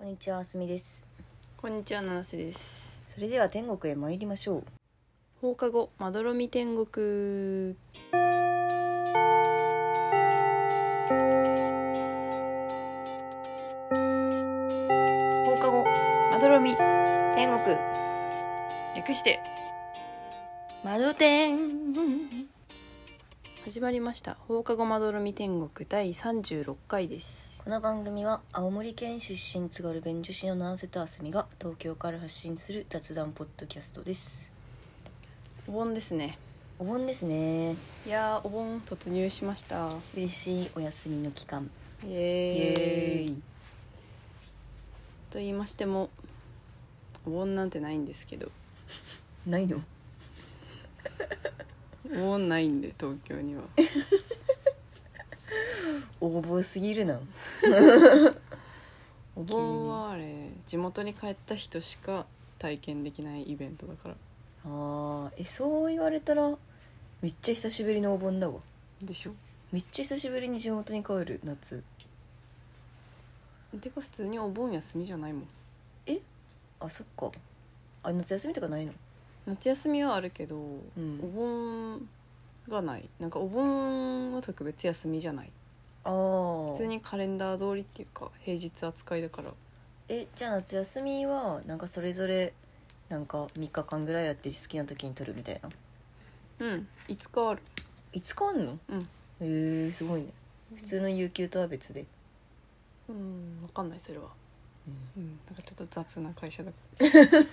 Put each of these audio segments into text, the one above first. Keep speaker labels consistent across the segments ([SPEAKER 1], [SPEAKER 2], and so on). [SPEAKER 1] にちはあすみです
[SPEAKER 2] こんにちは七瀬です
[SPEAKER 1] それでは天国へ参りましょう
[SPEAKER 2] 放課後まどろみ天国
[SPEAKER 1] 放課後
[SPEAKER 2] まどろみ
[SPEAKER 1] 天国
[SPEAKER 2] 略して
[SPEAKER 1] 窓天
[SPEAKER 2] 始まりました放課後まどろみ天国第36回です
[SPEAKER 1] この番組は青森県出身津軽弁女子の南瀬とあすみが東京から発信する雑談ポッドキャストです
[SPEAKER 2] お盆ですね
[SPEAKER 1] お盆ですね
[SPEAKER 2] いやーお盆突入しました
[SPEAKER 1] 嬉しいお休みの期間
[SPEAKER 2] イエー
[SPEAKER 1] イ
[SPEAKER 2] イ
[SPEAKER 1] エーイ
[SPEAKER 2] と言いましてもお盆なんてないんですけど
[SPEAKER 1] ないの
[SPEAKER 2] お盆ないんで東京には
[SPEAKER 1] 横暴すぎる な
[SPEAKER 2] お盆はあれ地元に帰った人しか体験できないイベントだから
[SPEAKER 1] あーえそう言われたらめっちゃ久しぶりのお盆だわ
[SPEAKER 2] でしょ
[SPEAKER 1] めっちゃ久しぶりに地元に帰る夏
[SPEAKER 2] てか普通にお盆休みじゃないもん
[SPEAKER 1] あそっかあ夏休みとかないの
[SPEAKER 2] 夏休みはあるけど、
[SPEAKER 1] ん
[SPEAKER 2] お盆がないなんかお盆は特別休みじゃない
[SPEAKER 1] ああ
[SPEAKER 2] 普通にカレンダー通りっていうか平日扱いだから
[SPEAKER 1] えじゃあ夏休みはなんかそれぞれなんか3日間ぐらいやって好きな時に取るみたいな
[SPEAKER 2] うんいつかある
[SPEAKER 1] いつかあんの
[SPEAKER 2] うん
[SPEAKER 1] へえー、すごいね普通の有給とは別で
[SPEAKER 2] うん分かんないそれは、
[SPEAKER 1] う
[SPEAKER 2] うん、なんかちょっと雑な会社だから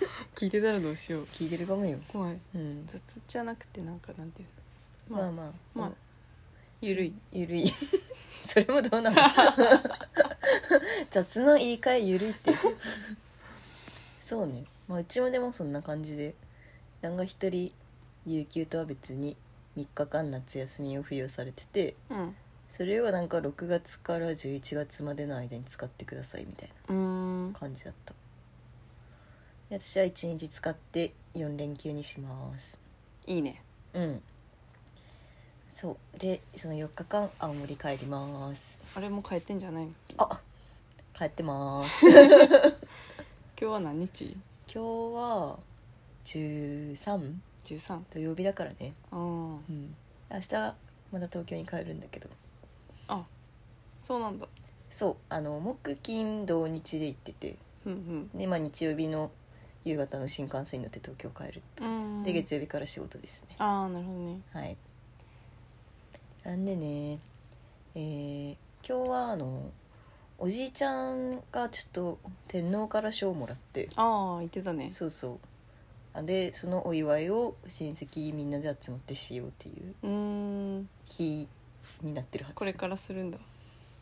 [SPEAKER 2] 聞いてたらどうしよう
[SPEAKER 1] 聞いてるかもよ
[SPEAKER 2] 怖い
[SPEAKER 1] うん
[SPEAKER 2] 雑じゃなくてなんかなんていうの
[SPEAKER 1] まあま
[SPEAKER 2] まあ
[SPEAKER 1] あ
[SPEAKER 2] まあゆるい
[SPEAKER 1] ゆるい それもどうなの雑の言い換えゆるいってそうねまあうちもでもそんな感じでなんか一人有給とは別に3日間夏休みを付与されてて
[SPEAKER 2] うん
[SPEAKER 1] それをなんか6月から11月までの間に使ってくださいみたいう
[SPEAKER 2] ーん
[SPEAKER 1] な感じだったで私は1日使って4連休にします
[SPEAKER 2] いいね
[SPEAKER 1] うんそうでその4日間青森帰ります
[SPEAKER 2] あれもう帰ってんじゃないの
[SPEAKER 1] あ帰ってます
[SPEAKER 2] 今日は何日
[SPEAKER 1] 今日は13
[SPEAKER 2] ?13
[SPEAKER 1] 土曜日だからね
[SPEAKER 2] ああ
[SPEAKER 1] うん明日また東京に帰るんだけど
[SPEAKER 2] あそうなんだ
[SPEAKER 1] そうあの木金土日で行ってて
[SPEAKER 2] うん
[SPEAKER 1] で、まあ、日曜日の夕方の新幹線に乗って東京帰るって
[SPEAKER 2] うん
[SPEAKER 1] で月曜日から仕事ですね
[SPEAKER 2] ああなるほどね
[SPEAKER 1] はいなんでねえー今日はあのおじいちゃんがちょっと天皇から賞をもらって
[SPEAKER 2] ああ言ってたね
[SPEAKER 1] そうそうあでそのお祝いを親戚みんなで集まってしようっていう
[SPEAKER 2] うーん
[SPEAKER 1] 日になってるはず
[SPEAKER 2] これからするんだ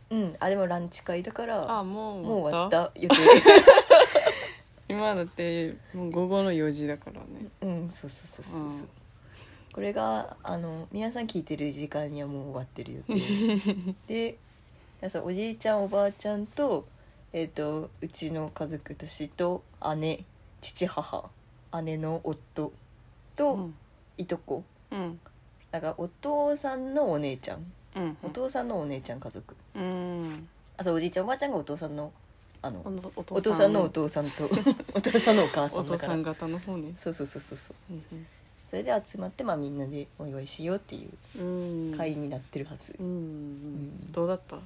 [SPEAKER 1] うんあでもランチ会だか
[SPEAKER 2] あ
[SPEAKER 1] ら
[SPEAKER 2] あもう
[SPEAKER 1] もう終わっ
[SPEAKER 2] 終
[SPEAKER 1] た予定
[SPEAKER 2] 今だってもう午後の4時だからね
[SPEAKER 1] うんそうそうそうそうそう
[SPEAKER 2] うん
[SPEAKER 1] これがあの皆さん聞いてる時間にはもう終わってる予定 でだからそうおじいちゃんおばあちゃんと,、えー、とうちの家族私と姉父母姉の夫と、
[SPEAKER 2] うん
[SPEAKER 1] いとこ
[SPEAKER 2] うん
[SPEAKER 1] だからお父さんのお姉ちゃん
[SPEAKER 2] うん
[SPEAKER 1] お父さんのお姉ちゃん家族
[SPEAKER 2] うん
[SPEAKER 1] あそうおじいちゃんおばあちゃんがお父さんのあの
[SPEAKER 2] お
[SPEAKER 1] お父さんのお父さん とお父さんのお母さ
[SPEAKER 2] お
[SPEAKER 1] んだ
[SPEAKER 2] 父
[SPEAKER 1] か
[SPEAKER 2] さ
[SPEAKER 1] ら
[SPEAKER 2] ん方の方ね
[SPEAKER 1] そうそうそうそうそう
[SPEAKER 2] うん
[SPEAKER 1] それで集まって、まあ、みんなでお祝いしようっていう
[SPEAKER 2] うんうん
[SPEAKER 1] 会になってるはず、
[SPEAKER 2] うんうんどうだった
[SPEAKER 1] い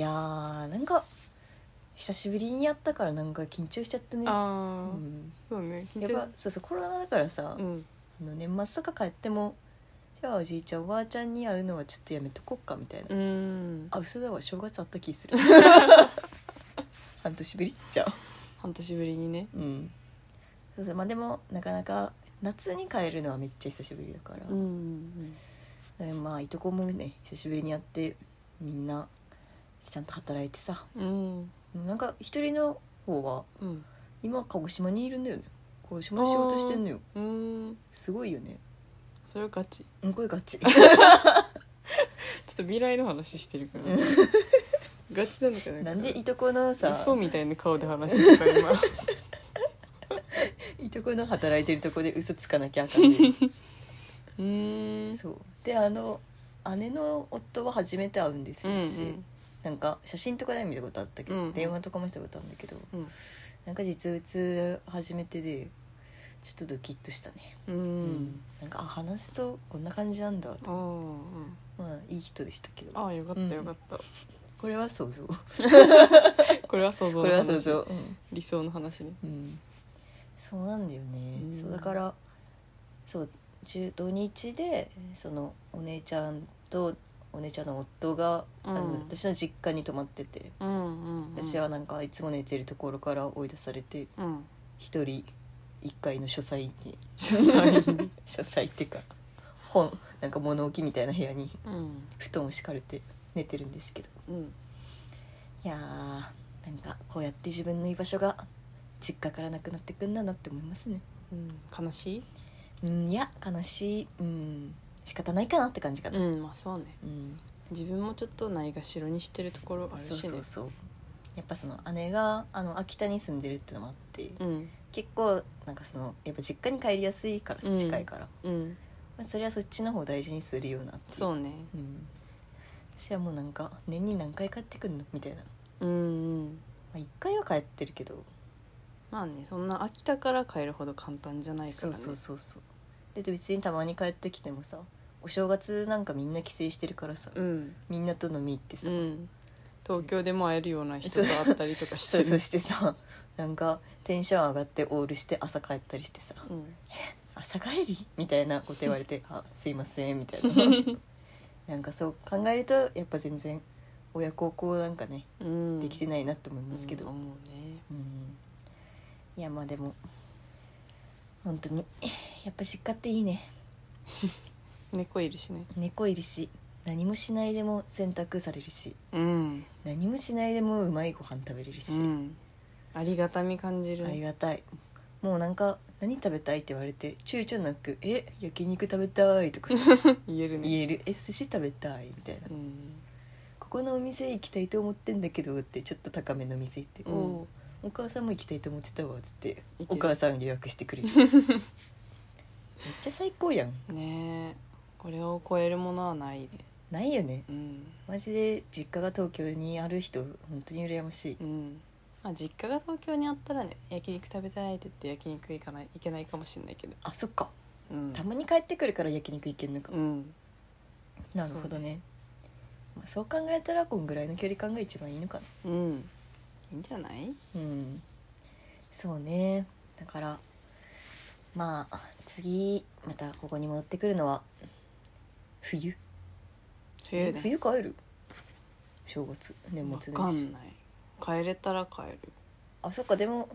[SPEAKER 1] やーなんか久しぶりにやったからなんか緊張しちゃったねう
[SPEAKER 2] ああ
[SPEAKER 1] ん、
[SPEAKER 2] そうね緊
[SPEAKER 1] やっぱ
[SPEAKER 2] 張
[SPEAKER 1] そうそうコロナだからさ、
[SPEAKER 2] うん
[SPEAKER 1] あの年末とか帰ってもじゃあおじいちゃんおばあちゃんに会うのはちょっとやめとこっかみたいな、
[SPEAKER 2] うん
[SPEAKER 1] あ嘘だわ正月あった気す る半年ぶりじゃあ
[SPEAKER 2] 半年ぶりにね
[SPEAKER 1] うんそうそうまあでもなかなか夏に帰るのはめっちゃ久しぶりだから、
[SPEAKER 2] うん
[SPEAKER 1] でもまあいとこもね久しぶりにやってみんなちゃんと働いてさ
[SPEAKER 2] うん
[SPEAKER 1] なんか一人の方は
[SPEAKER 2] うん
[SPEAKER 1] 今鹿児島にいるんだよね鹿児島で仕事してんのよ
[SPEAKER 2] うん
[SPEAKER 1] すごいよね
[SPEAKER 2] それはガチちょ
[SPEAKER 1] うんこれガチ
[SPEAKER 2] っと未来の話してるから
[SPEAKER 1] う
[SPEAKER 2] ガチなのかな
[SPEAKER 1] なんでいとこのさ
[SPEAKER 2] 嘘みたいな顔で話してるから今
[SPEAKER 1] いとこの働いてるとこで嘘つかなきゃあかん ね
[SPEAKER 2] うーん
[SPEAKER 1] そうであの姉の夫は初めて会うんです
[SPEAKER 2] う
[SPEAKER 1] よ、
[SPEAKER 2] ん
[SPEAKER 1] 私なんか写真とかでは見たことあったけど、
[SPEAKER 2] うんうん
[SPEAKER 1] 電話とかもしたことあるんだけど
[SPEAKER 2] うん
[SPEAKER 1] なんか実物初めてでちょっとドキッとしたね、
[SPEAKER 2] う
[SPEAKER 1] うんなんかあ話すとこんな感じなんだ
[SPEAKER 2] あ
[SPEAKER 1] と
[SPEAKER 2] ー
[SPEAKER 1] まあいい人でしたけど
[SPEAKER 2] あーよかった
[SPEAKER 1] うん
[SPEAKER 2] よかった、
[SPEAKER 1] これは想 像こ
[SPEAKER 2] これは想像の
[SPEAKER 1] れ
[SPEAKER 2] 話
[SPEAKER 1] は想像、うん
[SPEAKER 2] 理想の話ね
[SPEAKER 1] うん、そうなんだよね、
[SPEAKER 2] うん
[SPEAKER 1] そうだからそうじゅ土日でそのお姉ちゃんとお姉ちゃんの夫が、あ
[SPEAKER 2] う
[SPEAKER 1] の
[SPEAKER 2] ん
[SPEAKER 1] 私の実家に泊まってて、
[SPEAKER 2] うんうん、うん、
[SPEAKER 1] 私はなんかいつも寝てるところから追い出されて
[SPEAKER 2] うん
[SPEAKER 1] 一人一階の書斎に
[SPEAKER 2] 書斎に
[SPEAKER 1] 書斎っていうか本なんか物置みたいな部屋に
[SPEAKER 2] うん
[SPEAKER 1] 布団を敷かれて寝てるんですけど
[SPEAKER 2] うん
[SPEAKER 1] いやーなんかこうやって自分の居場所が実家からなくなってくんだなって思いますね
[SPEAKER 2] うん悲しい
[SPEAKER 1] うんいや悲しいうん仕方ないかなって感じかなうん、
[SPEAKER 2] んまあそうね自分もちょっとないがしろにしてるところあるし
[SPEAKER 1] そう
[SPEAKER 2] ね
[SPEAKER 1] そうそうやっぱその姉があの秋田に住んでるってのもあって、
[SPEAKER 2] うん
[SPEAKER 1] 結構なんかそのやっぱ実家に帰りやすいからさ
[SPEAKER 2] うん
[SPEAKER 1] 近いから、
[SPEAKER 2] うん
[SPEAKER 1] まあ、それはそっちの方を大事にするよなっていう
[SPEAKER 2] そうね
[SPEAKER 1] うん、私はもうなんか年に何回帰ってくるのみたいな、ま
[SPEAKER 2] うんうん
[SPEAKER 1] あ、1回は帰ってるけど、
[SPEAKER 2] まあねそんな秋田から帰るほど簡単じゃないか
[SPEAKER 1] そ
[SPEAKER 2] ら
[SPEAKER 1] う
[SPEAKER 2] ね
[SPEAKER 1] そうそうそうで別にたまに帰ってきてもさお正月なんかみんな帰省してるからさ、
[SPEAKER 2] うん
[SPEAKER 1] みんなと飲み行ってさ、
[SPEAKER 2] うん東京でも会えるような人と会ったりとかして
[SPEAKER 1] そう
[SPEAKER 2] る
[SPEAKER 1] そうしてさなんかテンション上がってオールして朝帰ったりしてさ
[SPEAKER 2] うん
[SPEAKER 1] 「朝帰り?」みたいなこと言われ て「あすいません」みたいななんかそう考えるとやっぱ全然親孝行なんかね
[SPEAKER 2] うん
[SPEAKER 1] できてないなと思いますけど、
[SPEAKER 2] うん思うね
[SPEAKER 1] うんいやまあでも本当にやっぱ実家っていいね
[SPEAKER 2] 猫いるしね
[SPEAKER 1] 猫いるし何もしないでも洗濯されるし
[SPEAKER 2] うん、
[SPEAKER 1] 何もしないでもうまいご飯食べれる
[SPEAKER 2] う
[SPEAKER 1] し、
[SPEAKER 2] ん、ありがたみ感じる
[SPEAKER 1] あり
[SPEAKER 2] ね
[SPEAKER 1] がたいもうなんか「何食べたい?」って言われて躊躇なく「え焼肉食べたい」と かさ
[SPEAKER 2] 言えるね
[SPEAKER 1] 言える「え寿司食べたい」みたいな「
[SPEAKER 2] うん
[SPEAKER 1] ここのお店行きたいと思ってんだけど」ってちょっと高めの店行って「
[SPEAKER 2] うん
[SPEAKER 1] おうお母さんも行きたいと思ってたわ」っつって
[SPEAKER 2] 行け
[SPEAKER 1] お
[SPEAKER 2] る
[SPEAKER 1] 母さん予約してくれる めっちゃ最高やん
[SPEAKER 2] ねえこれを超えるものはないね
[SPEAKER 1] ないよね
[SPEAKER 2] うん
[SPEAKER 1] マジで実家が東京にある人本当に羨ましい
[SPEAKER 2] うんまあ実家が東京にあったらね焼肉食べたいって言って焼肉行かないいけないかもしれないけど
[SPEAKER 1] あそっか
[SPEAKER 2] うん
[SPEAKER 1] たまに帰ってくるから焼肉行けるのか、
[SPEAKER 2] うん
[SPEAKER 1] なるほどねまあ、そう考えたらこんぐらいの距離感が一番いいのかな
[SPEAKER 2] うんいいんじゃない
[SPEAKER 1] うんそうねだからまあ次またここに戻ってくるのは冬
[SPEAKER 2] 冬ね
[SPEAKER 1] 冬帰る正月年
[SPEAKER 2] わ
[SPEAKER 1] 末
[SPEAKER 2] か
[SPEAKER 1] 年始
[SPEAKER 2] んない帰れたら帰る
[SPEAKER 1] あそっかでも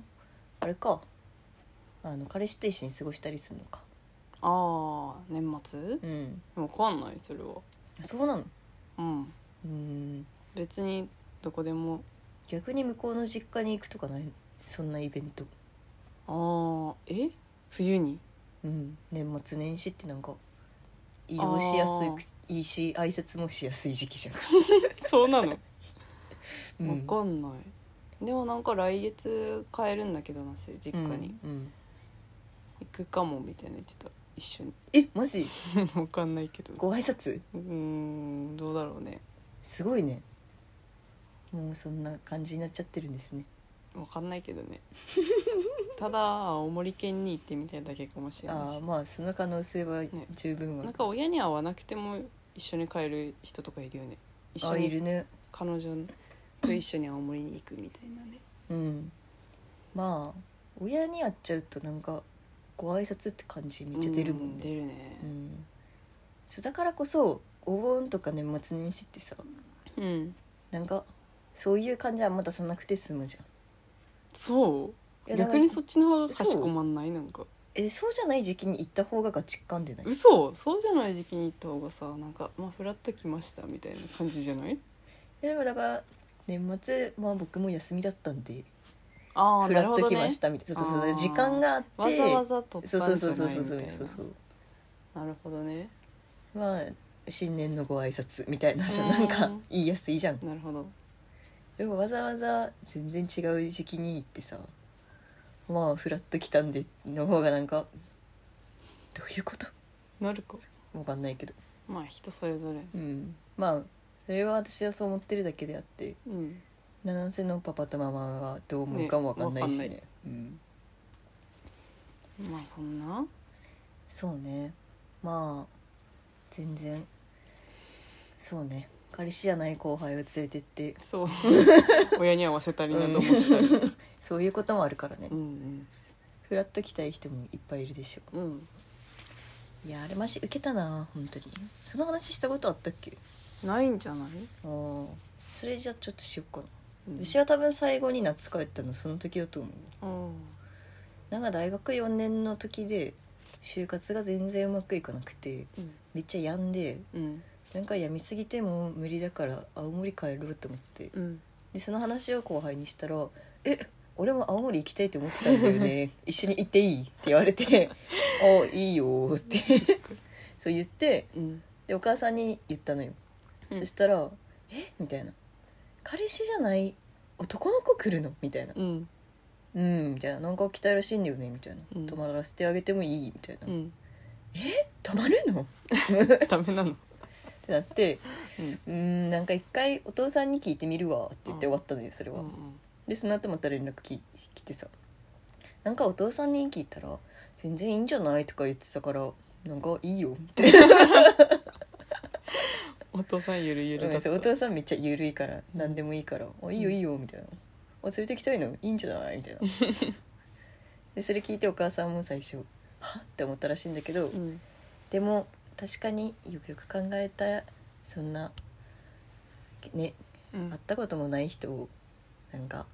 [SPEAKER 1] あれかあの彼氏と一緒に過ごしたりするのか
[SPEAKER 2] ああ年末
[SPEAKER 1] うん
[SPEAKER 2] わかんないそれは
[SPEAKER 1] そうなの
[SPEAKER 2] うん
[SPEAKER 1] うん
[SPEAKER 2] 別にどこでも
[SPEAKER 1] 逆に向こうの実家に行くとかないのそんなイベント
[SPEAKER 2] ああえ冬に
[SPEAKER 1] うん年末年始ってなんか移動しやすいくいいし挨拶もしやすい時期じゃ
[SPEAKER 2] そうなの
[SPEAKER 1] ん、
[SPEAKER 2] わかんない、でもなんか来月帰るんだけどなせ実家に、
[SPEAKER 1] うんうん
[SPEAKER 2] 行くかもみたいな言ってた一緒に
[SPEAKER 1] えマジ
[SPEAKER 2] わかんないけど
[SPEAKER 1] ご挨拶
[SPEAKER 2] うーんどうだろうね
[SPEAKER 1] すごいねもうそんな感じになっちゃってるんですね
[SPEAKER 2] わかんないけど ねただ青森県に行ってみたいだけかもしれな
[SPEAKER 1] あ
[SPEAKER 2] い
[SPEAKER 1] あ
[SPEAKER 2] し
[SPEAKER 1] まあその可能性は十分は、
[SPEAKER 2] なんか親に会わなくても一緒に帰る人とかいるよね一緒
[SPEAKER 1] あい
[SPEAKER 2] に
[SPEAKER 1] るね
[SPEAKER 2] 彼女と一緒に青森に行くみたいなね
[SPEAKER 1] うんまあ親に会っちゃうとなんかご挨拶って感じめっちゃ出るもん
[SPEAKER 2] う出
[SPEAKER 1] ね
[SPEAKER 2] るね
[SPEAKER 1] うんそうだからこそお盆とか年末年始ってさ
[SPEAKER 2] うん、
[SPEAKER 1] なんかそういう感じはまたさなくて済むじゃん
[SPEAKER 2] そう
[SPEAKER 1] いやだから
[SPEAKER 2] 逆にそっちの方がかしこまんないなんか
[SPEAKER 1] えそうじゃない時期に行った方がガチ感でない
[SPEAKER 2] 嘘そうじゃない時期に行った方がさなんかまあフラッと来ましたみたいな感じじゃない
[SPEAKER 1] えでもだから年末まあ僕も休みだったんで
[SPEAKER 2] ああ
[SPEAKER 1] フ
[SPEAKER 2] な
[SPEAKER 1] ラ
[SPEAKER 2] る
[SPEAKER 1] ッ
[SPEAKER 2] ほ
[SPEAKER 1] と
[SPEAKER 2] ど
[SPEAKER 1] 来
[SPEAKER 2] ね
[SPEAKER 1] ましたみたいなそうそうそう
[SPEAKER 2] あー
[SPEAKER 1] 時間があって
[SPEAKER 2] わざわざ撮った
[SPEAKER 1] そ
[SPEAKER 2] ん
[SPEAKER 1] う
[SPEAKER 2] じゃな
[SPEAKER 1] そ
[SPEAKER 2] いうみた
[SPEAKER 1] そうそ
[SPEAKER 2] い
[SPEAKER 1] う
[SPEAKER 2] な
[SPEAKER 1] そうそうそう
[SPEAKER 2] なるほどね
[SPEAKER 1] まあ新年のご挨拶みたいなさ
[SPEAKER 2] うん
[SPEAKER 1] なんか言いやすいじゃん
[SPEAKER 2] なるほど
[SPEAKER 1] でもわざわざ全然違う時期に行ってさまあフラッと来たんでの方がなんかどういうこと
[SPEAKER 2] なるか
[SPEAKER 1] わかんないけど
[SPEAKER 2] まあ人それぞれ
[SPEAKER 1] うんまあそれは私はそう思ってるだけであって
[SPEAKER 2] うん
[SPEAKER 1] 七瀬のパパとママはどう思うかもわかんないしね
[SPEAKER 2] ねわ
[SPEAKER 1] うん、
[SPEAKER 2] まあそんな
[SPEAKER 1] そうねまあ全然そうね彼氏じゃない後輩を連れてって
[SPEAKER 2] そう 親に合わせたりなどもしたり、
[SPEAKER 1] そういうこともあるからね、
[SPEAKER 2] うん
[SPEAKER 1] フラッと来たい人もいっぱいいるでしょ
[SPEAKER 2] うんうん
[SPEAKER 1] ういやあれマジ受けたな本当にその話したことあったっけ
[SPEAKER 2] ないんじゃない、
[SPEAKER 1] あーそれじゃあちょっとしようかな、
[SPEAKER 2] うん、
[SPEAKER 1] 私は多分最後に夏帰ったのその時だと思う
[SPEAKER 2] うん
[SPEAKER 1] なんか大学4年の時で就活が全然うまくいかなくて
[SPEAKER 2] うん
[SPEAKER 1] めっちゃ病んで
[SPEAKER 2] うん
[SPEAKER 1] なんか病みすぎても無理だから青森帰ろうと思って
[SPEAKER 2] うん
[SPEAKER 1] でその話を後輩にしたら「え俺も青森行きたいと思ってたんだよ ね一緒に行っていい?」って言われて「あいいよ」って そう言って
[SPEAKER 2] うん
[SPEAKER 1] でお母さんに言ったのよ、
[SPEAKER 2] うん
[SPEAKER 1] そしたら「えみたいな「彼氏じゃない男の子来るの?」みたいな「
[SPEAKER 2] うん
[SPEAKER 1] うん」みたいな「なんか来たいらしいんだよね」みたいな
[SPEAKER 2] うん
[SPEAKER 1] 「泊まらせてあげてもいい?」みたいな
[SPEAKER 2] うん
[SPEAKER 1] 「泊まるの?」っ
[SPEAKER 2] ダメなの
[SPEAKER 1] てなって
[SPEAKER 2] うん
[SPEAKER 1] 「うーんなんか一回お父さんに聞いてみるわ」って言って終わったのよそれ
[SPEAKER 2] う
[SPEAKER 1] は。
[SPEAKER 2] ん
[SPEAKER 1] でその後また連絡き来てさなんかお父さんに聞いたら「全然いいんじゃない?」とか言ってたから「なんかいいよ」って
[SPEAKER 2] お父さんゆるゆるだった
[SPEAKER 1] そうお父さんめっちゃ緩いから何でもいいから「あいいよいいよ」みたいな「あ連れてきたいのいいんじゃない?」み たいなでそれ聞いてお母さんも最初「はっ?」って思ったらしいんだけど、
[SPEAKER 2] うん
[SPEAKER 1] でも確かによくよく考えたそんなね
[SPEAKER 2] うん
[SPEAKER 1] 会ったこともない人をなんか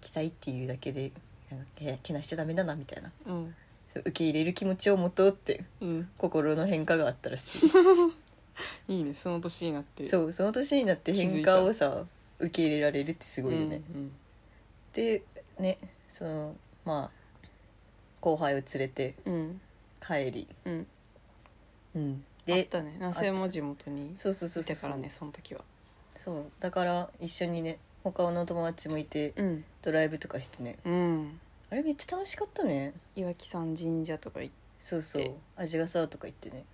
[SPEAKER 1] 来たいっていうだけでなんかけけなしちゃダメだなみたいな
[SPEAKER 2] うん
[SPEAKER 1] そう受け入れる気持ちを持とうって
[SPEAKER 2] うん
[SPEAKER 1] 心の変化があったらし
[SPEAKER 2] いいねその年になって
[SPEAKER 1] いそうその年になって変化をさ受け入れられるってすごいよね、
[SPEAKER 2] うん
[SPEAKER 1] でねそのまあ後輩を連れて
[SPEAKER 2] うん
[SPEAKER 1] 帰り、
[SPEAKER 2] うん
[SPEAKER 1] うん、
[SPEAKER 2] であっ
[SPEAKER 1] で
[SPEAKER 2] たね男性も地元にい
[SPEAKER 1] そうそうそうそう
[SPEAKER 2] たからねその時は
[SPEAKER 1] そうだから一緒にね他の友達もいて
[SPEAKER 2] うん
[SPEAKER 1] ドライブとかしてね
[SPEAKER 2] うん
[SPEAKER 1] あれめっちゃ楽しかったね
[SPEAKER 2] 岩木山神社とか行っ
[SPEAKER 1] そうそ
[SPEAKER 2] で
[SPEAKER 1] う味がさとか言ってね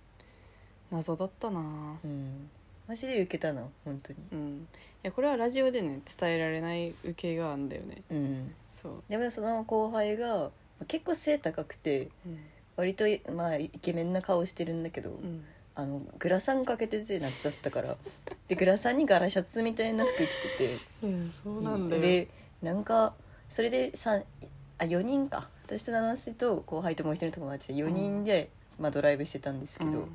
[SPEAKER 2] 謎だったな
[SPEAKER 1] うんマジで受けたな本当に
[SPEAKER 2] うんいやこれはラジオでね伝えられない受けがあんだよね
[SPEAKER 1] うん
[SPEAKER 2] そう、
[SPEAKER 1] でもその後輩が結構背高くて
[SPEAKER 2] うん
[SPEAKER 1] 割とまあイケメンな顔してるんだけど、
[SPEAKER 2] うん、
[SPEAKER 1] あのグラサンかけてて夏だったからでグラサンにガラシャツみたいな服着て
[SPEAKER 2] うん、そう
[SPEAKER 1] て
[SPEAKER 2] なんだよ
[SPEAKER 1] でなんかそれでさあ4人か私と七瀬と後輩ともう一人の友達で4人で、まあ、ドライブしてたんですけど、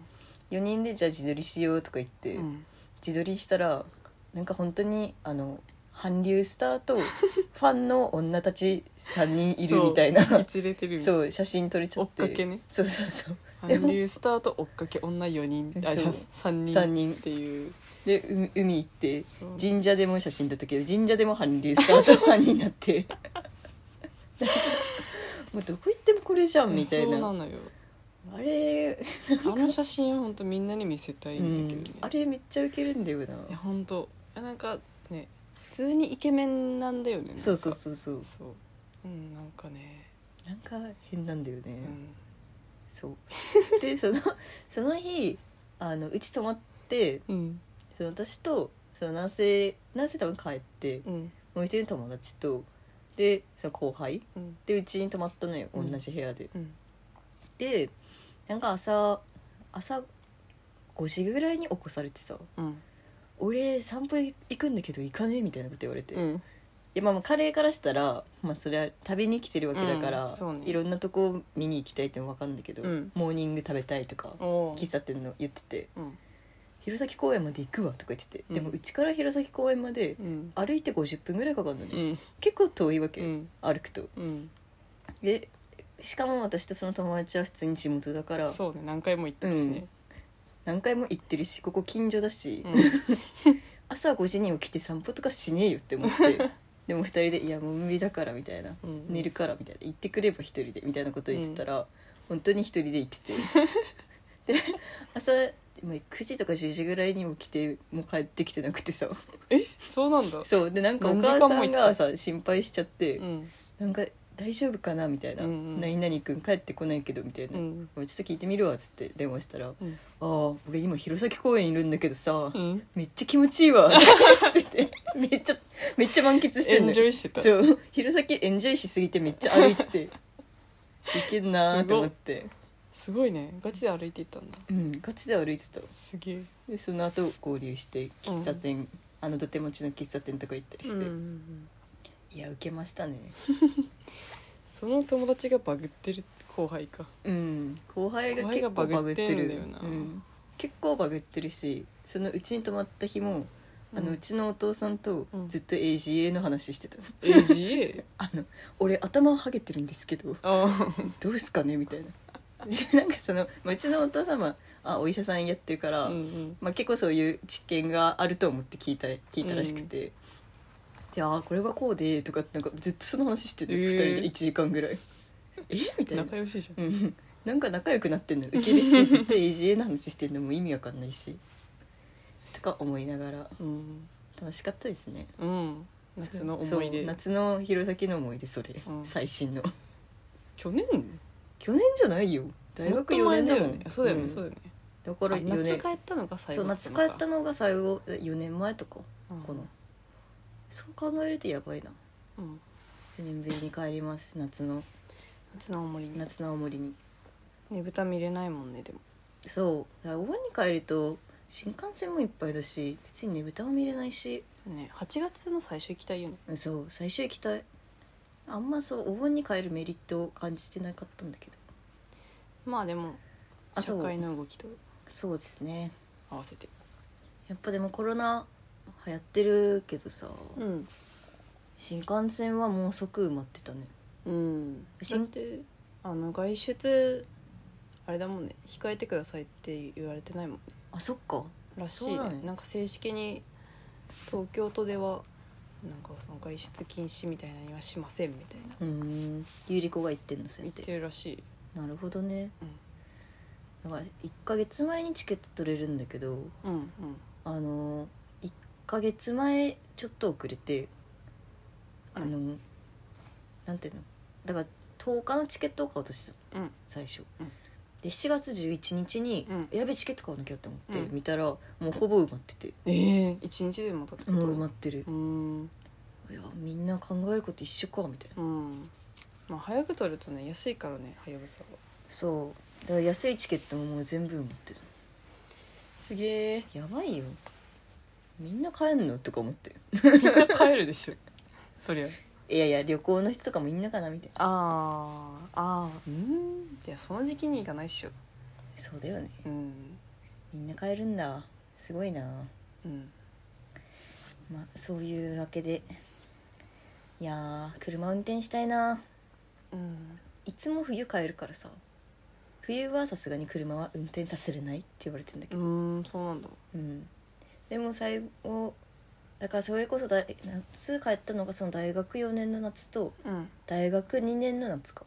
[SPEAKER 1] 4人でじゃあ自撮りしようとか言って、
[SPEAKER 2] うんうん
[SPEAKER 1] 自撮りしたらなんか本当にあの韓流スター とファンの女たち3人いるみたいな
[SPEAKER 2] そう引き連れてる
[SPEAKER 1] そう写真撮れちゃって
[SPEAKER 2] 追っかけね
[SPEAKER 1] そうそうそうで
[SPEAKER 2] 韓流スターと追っかけ女4人
[SPEAKER 1] そ
[SPEAKER 2] あ
[SPEAKER 1] う
[SPEAKER 2] じゃあ3人
[SPEAKER 1] 3人
[SPEAKER 2] っていう
[SPEAKER 1] でう海行って
[SPEAKER 2] そう
[SPEAKER 1] 神社でも写真撮ったけど神社でも韓流スターとファンになって もうどこ行ってもこれじゃんみたい
[SPEAKER 2] そう
[SPEAKER 1] な
[SPEAKER 2] なのよ
[SPEAKER 1] あれ、
[SPEAKER 2] あの写真本当みんなに見せたいんだけどね、
[SPEAKER 1] うんあれめっちゃウケるんだよない
[SPEAKER 2] や本当なんかね普通にイケメンなんだよねなんか
[SPEAKER 1] そうそうそうそう
[SPEAKER 2] そううんなんかね、
[SPEAKER 1] なんか変なんだよね、
[SPEAKER 2] うん、
[SPEAKER 1] そう でそのその日あのうち泊まって
[SPEAKER 2] うん
[SPEAKER 1] その私とその男性男性多分帰って
[SPEAKER 2] うん
[SPEAKER 1] もう一人の友達とでその後輩
[SPEAKER 2] うん
[SPEAKER 1] でうちに泊まったのよ同
[SPEAKER 2] うん
[SPEAKER 1] じ部屋で、
[SPEAKER 2] うん
[SPEAKER 1] でなんか朝朝5時ぐらいに起こされてさ
[SPEAKER 2] うん
[SPEAKER 1] 「俺散歩行くんだけど行かねえ」みたいなこと言われて、
[SPEAKER 2] う
[SPEAKER 1] い
[SPEAKER 2] ん
[SPEAKER 1] やまあまあ彼からしたら、まあ、それは旅に来てるわけだから、
[SPEAKER 2] うんそうね
[SPEAKER 1] いろんなとこ見に行きたいっても分かるんだけど、
[SPEAKER 2] うん
[SPEAKER 1] モーニング食べたいとか
[SPEAKER 2] おー
[SPEAKER 1] 喫茶店の言ってて
[SPEAKER 2] うん
[SPEAKER 1] 「弘前公園まで行くわ」とか言ってて、
[SPEAKER 2] うん
[SPEAKER 1] でもうちから弘前公園まで
[SPEAKER 2] うん
[SPEAKER 1] 歩いて50分ぐらいかかるのね、
[SPEAKER 2] うん
[SPEAKER 1] 結構遠いわけ、
[SPEAKER 2] うん
[SPEAKER 1] 歩くと
[SPEAKER 2] うん
[SPEAKER 1] でしかも私とその友達は普通に地元だから
[SPEAKER 2] そうね何回も言ってますね、
[SPEAKER 1] 何回も行ってるしここ近所だし、
[SPEAKER 2] うん
[SPEAKER 1] 朝5時に起きて散歩とかしねえよって思って でも2人で「いやもう無理だから」みたいな
[SPEAKER 2] うん
[SPEAKER 1] 「 寝るから」みたいな「行ってくれば1人で」みたいなこと言ってたら、本当に1人で行ってて で朝まあ9時とか10時ぐらいに起きてもう帰ってきてなくてさ
[SPEAKER 2] えそうなんだ
[SPEAKER 1] そうでなんかお
[SPEAKER 2] 何時
[SPEAKER 1] 母
[SPEAKER 2] 間
[SPEAKER 1] さ
[SPEAKER 2] も
[SPEAKER 1] んがさ心配しちゃって、
[SPEAKER 2] うん
[SPEAKER 1] なんか大丈夫かなみたいな「
[SPEAKER 2] うんうん
[SPEAKER 1] 何々君帰ってこないけど」みたいな、
[SPEAKER 2] うん
[SPEAKER 1] 俺ちょっと聞いてみるわ」っつって電話したら「
[SPEAKER 2] うん
[SPEAKER 1] ああ俺今弘前公園いるんだけどさ、
[SPEAKER 2] うん
[SPEAKER 1] めっちゃ気持ちいい わ」って言ってめっちゃめっちゃ満喫して
[SPEAKER 2] エ
[SPEAKER 1] んの
[SPEAKER 2] ン
[SPEAKER 1] よ
[SPEAKER 2] ジョイしてた
[SPEAKER 1] そう弘前エンジョイしすぎてめっちゃ歩いてていけんなーと思って
[SPEAKER 2] すごいねガチで歩いていったんだ
[SPEAKER 1] うんガチで歩いてた
[SPEAKER 2] すげえ
[SPEAKER 1] でその後合流して喫茶店、あの土手町の喫茶店とか行ったりして、いや受けましたね
[SPEAKER 2] その友達がバグってる後輩か
[SPEAKER 1] うん後輩が結構
[SPEAKER 2] 後輩が
[SPEAKER 1] バ
[SPEAKER 2] バ
[SPEAKER 1] グ
[SPEAKER 2] グ
[SPEAKER 1] っ
[SPEAKER 2] ってて
[SPEAKER 1] る
[SPEAKER 2] んだよな
[SPEAKER 1] うん、結構バグってるしそのうちに泊まった日も、うあの
[SPEAKER 2] うん
[SPEAKER 1] うちのお父さんと
[SPEAKER 2] うん
[SPEAKER 1] ずっと AGA の話してた、
[SPEAKER 2] AGA?
[SPEAKER 1] あの俺頭はげてるんですけど
[SPEAKER 2] あ
[SPEAKER 1] どうすかねみたいな でなんかそのまあうちのお父様あお医者さんやってるか
[SPEAKER 2] あ
[SPEAKER 1] ら、
[SPEAKER 2] うんうん
[SPEAKER 1] まあ、結構そういう知見があると思って聞いた聞いたらしくて「でああこれがこうで」とかなんかずっとその話してて、
[SPEAKER 2] えー
[SPEAKER 1] 2人で1時間ぐらい「えみたいな
[SPEAKER 2] 仲良しじゃ
[SPEAKER 1] うんなんか仲良くなってんのウケるし ずっと AGA の話してんのも意味わかんないしとか思いながら
[SPEAKER 2] んうん、
[SPEAKER 1] 楽しかったですね
[SPEAKER 2] うん、夏の思い
[SPEAKER 1] そう
[SPEAKER 2] 出
[SPEAKER 1] 夏の弘前の思い出それ、
[SPEAKER 2] うん
[SPEAKER 1] 最新の
[SPEAKER 2] 去年
[SPEAKER 1] 去年じゃないよ大学4年だもん
[SPEAKER 2] もっと前よねそうだよね、
[SPEAKER 1] ん
[SPEAKER 2] そうだよね
[SPEAKER 1] だから
[SPEAKER 2] あ
[SPEAKER 1] 4
[SPEAKER 2] 夏
[SPEAKER 1] 年
[SPEAKER 2] 帰ったのが最
[SPEAKER 1] そ
[SPEAKER 2] 後
[SPEAKER 1] う夏帰ったのが最後4年前とか
[SPEAKER 2] うん
[SPEAKER 1] このそう考えるとやばいな
[SPEAKER 2] うん、
[SPEAKER 1] 4年ぶりに帰ります夏の
[SPEAKER 2] 夏の青森にね
[SPEAKER 1] 夏の青森に
[SPEAKER 2] ぶた見れないもんねでも
[SPEAKER 1] そうだからお盆に帰ると新幹線もいっぱいだし別にねぶたも見れないし
[SPEAKER 2] ね8月の最初行きたいよね
[SPEAKER 1] うんそう最初行きたいあんまそうお盆に帰るメリットを感じてなかったんだけど
[SPEAKER 2] まあでも
[SPEAKER 1] あ
[SPEAKER 2] 社
[SPEAKER 1] そう
[SPEAKER 2] 会の動きと
[SPEAKER 1] そうですね
[SPEAKER 2] 合わせて
[SPEAKER 1] やっぱでもコロナ流行ってるけどさ、
[SPEAKER 2] うん
[SPEAKER 1] 新幹線はもう即埋まってたね
[SPEAKER 2] うんだっ
[SPEAKER 1] 新
[SPEAKER 2] てあの外出あれだもんね控えてくださいって言われてないもんね
[SPEAKER 1] あそっから
[SPEAKER 2] しい
[SPEAKER 1] そう
[SPEAKER 2] ね
[SPEAKER 1] だね
[SPEAKER 2] なんか正式に東京都ではなんかその外出禁止みたいなにはしませんみたいな
[SPEAKER 1] うーんゆり子が言ってんの
[SPEAKER 2] 言
[SPEAKER 1] 先
[SPEAKER 2] っ
[SPEAKER 1] 手
[SPEAKER 2] てるらしい
[SPEAKER 1] なるほどね、だから1ヶ月前にチケット取れるんだけど
[SPEAKER 2] うんうん
[SPEAKER 1] あの1ヶ月前ちょっと遅れてあの、なんていうのだから10日のチケットを買おうとしてた
[SPEAKER 2] うん
[SPEAKER 1] 最初、
[SPEAKER 2] うん
[SPEAKER 1] で7月11日に、
[SPEAKER 2] う
[SPEAKER 1] やべチケット買わなきゃと思って、
[SPEAKER 2] うん
[SPEAKER 1] 見たらもうほぼ埋まってて
[SPEAKER 2] ええ一日でも経って
[SPEAKER 1] もう埋まってる
[SPEAKER 2] う、ん
[SPEAKER 1] いやみんな考えること一緒かみたいな
[SPEAKER 2] うんまあ早く取るとね安いからねはやぶさは
[SPEAKER 1] そうだから安いチケットももう全部埋まってる
[SPEAKER 2] すげえ
[SPEAKER 1] やばいよみんな帰んのとか思って
[SPEAKER 2] みんな帰るでしょそりゃ
[SPEAKER 1] いやいや旅行の人とかもいんのかなみたいな
[SPEAKER 2] あーあーうんいやその時期に行かないっしょ
[SPEAKER 1] そうだよね
[SPEAKER 2] うん
[SPEAKER 1] みんな帰るんだすごいな
[SPEAKER 2] うん
[SPEAKER 1] まあそういうわけでいやー車運転したいな
[SPEAKER 2] うん
[SPEAKER 1] いつも冬帰るからさ冬はさすがに車は運転させれないって言われてんだけ
[SPEAKER 2] う
[SPEAKER 1] ど
[SPEAKER 2] ーんそうなんだ
[SPEAKER 1] うんでも最後だからそれこそだい夏帰ったのがその大学4年の夏と
[SPEAKER 2] うん
[SPEAKER 1] 大学2年の夏か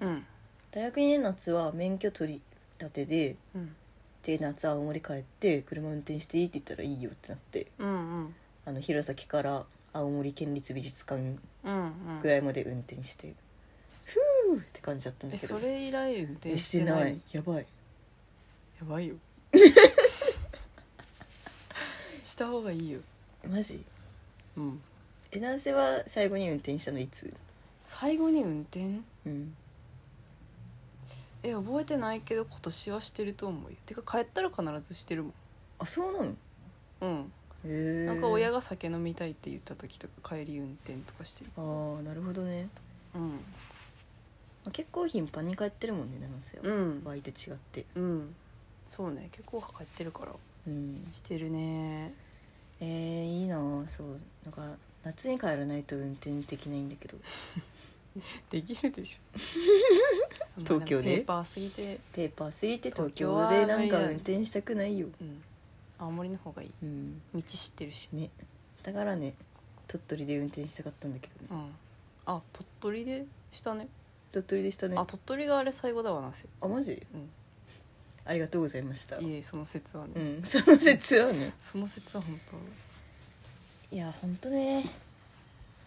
[SPEAKER 2] うん
[SPEAKER 1] 大学2年の夏は免許取り立てで
[SPEAKER 2] うん
[SPEAKER 1] で夏青森帰って車運転していいって言ったらいいよってなって
[SPEAKER 2] うんうん
[SPEAKER 1] あの弘前から青森県立美術館
[SPEAKER 2] うんうん
[SPEAKER 1] ぐらいまで運転して、ふーって感じだったんだ
[SPEAKER 2] え
[SPEAKER 1] けど
[SPEAKER 2] それ以来運
[SPEAKER 1] え
[SPEAKER 2] 転
[SPEAKER 1] してないやばい
[SPEAKER 2] やばい よした方がいいよ
[SPEAKER 1] マジ
[SPEAKER 2] うん
[SPEAKER 1] え男性は最後に運転したのいつ
[SPEAKER 2] 最後に運転
[SPEAKER 1] うん
[SPEAKER 2] え覚えてないけど今年はしてると思うよてか帰ったら必ずしてるもん
[SPEAKER 1] あそうなの
[SPEAKER 2] うん
[SPEAKER 1] へえ
[SPEAKER 2] なんか親が酒飲みたいって言った時とか帰り運転とかしてる
[SPEAKER 1] あーなるほどね、
[SPEAKER 2] うん
[SPEAKER 1] まあ、結構頻繁に帰ってるもんね男性は、
[SPEAKER 2] うん
[SPEAKER 1] バイト違って
[SPEAKER 2] うんそうね結構帰ってるから
[SPEAKER 1] うん
[SPEAKER 2] してるね
[SPEAKER 1] えー、いいなあそうだから夏に帰らないと運転できないんだけど
[SPEAKER 2] できるでし ょ
[SPEAKER 1] 東京で
[SPEAKER 2] ペーパーすぎて
[SPEAKER 1] ペーパーすぎて東
[SPEAKER 2] 東京
[SPEAKER 1] 京
[SPEAKER 2] は
[SPEAKER 1] でなんか
[SPEAKER 2] 無理だね
[SPEAKER 1] 運転したくないよ
[SPEAKER 2] うん青森の方がいい
[SPEAKER 1] うん
[SPEAKER 2] 道知ってるし
[SPEAKER 1] ねだからね鳥取で運転したかったんだけどね
[SPEAKER 2] うんあ鳥取でしたね
[SPEAKER 1] 鳥取でしたね
[SPEAKER 2] あ鳥取があれ最後だわなせ
[SPEAKER 1] あマジ
[SPEAKER 2] うん
[SPEAKER 1] ありがとうございました
[SPEAKER 2] いえその説はね、
[SPEAKER 1] うんその説はね
[SPEAKER 2] その説は本当
[SPEAKER 1] いやほんとね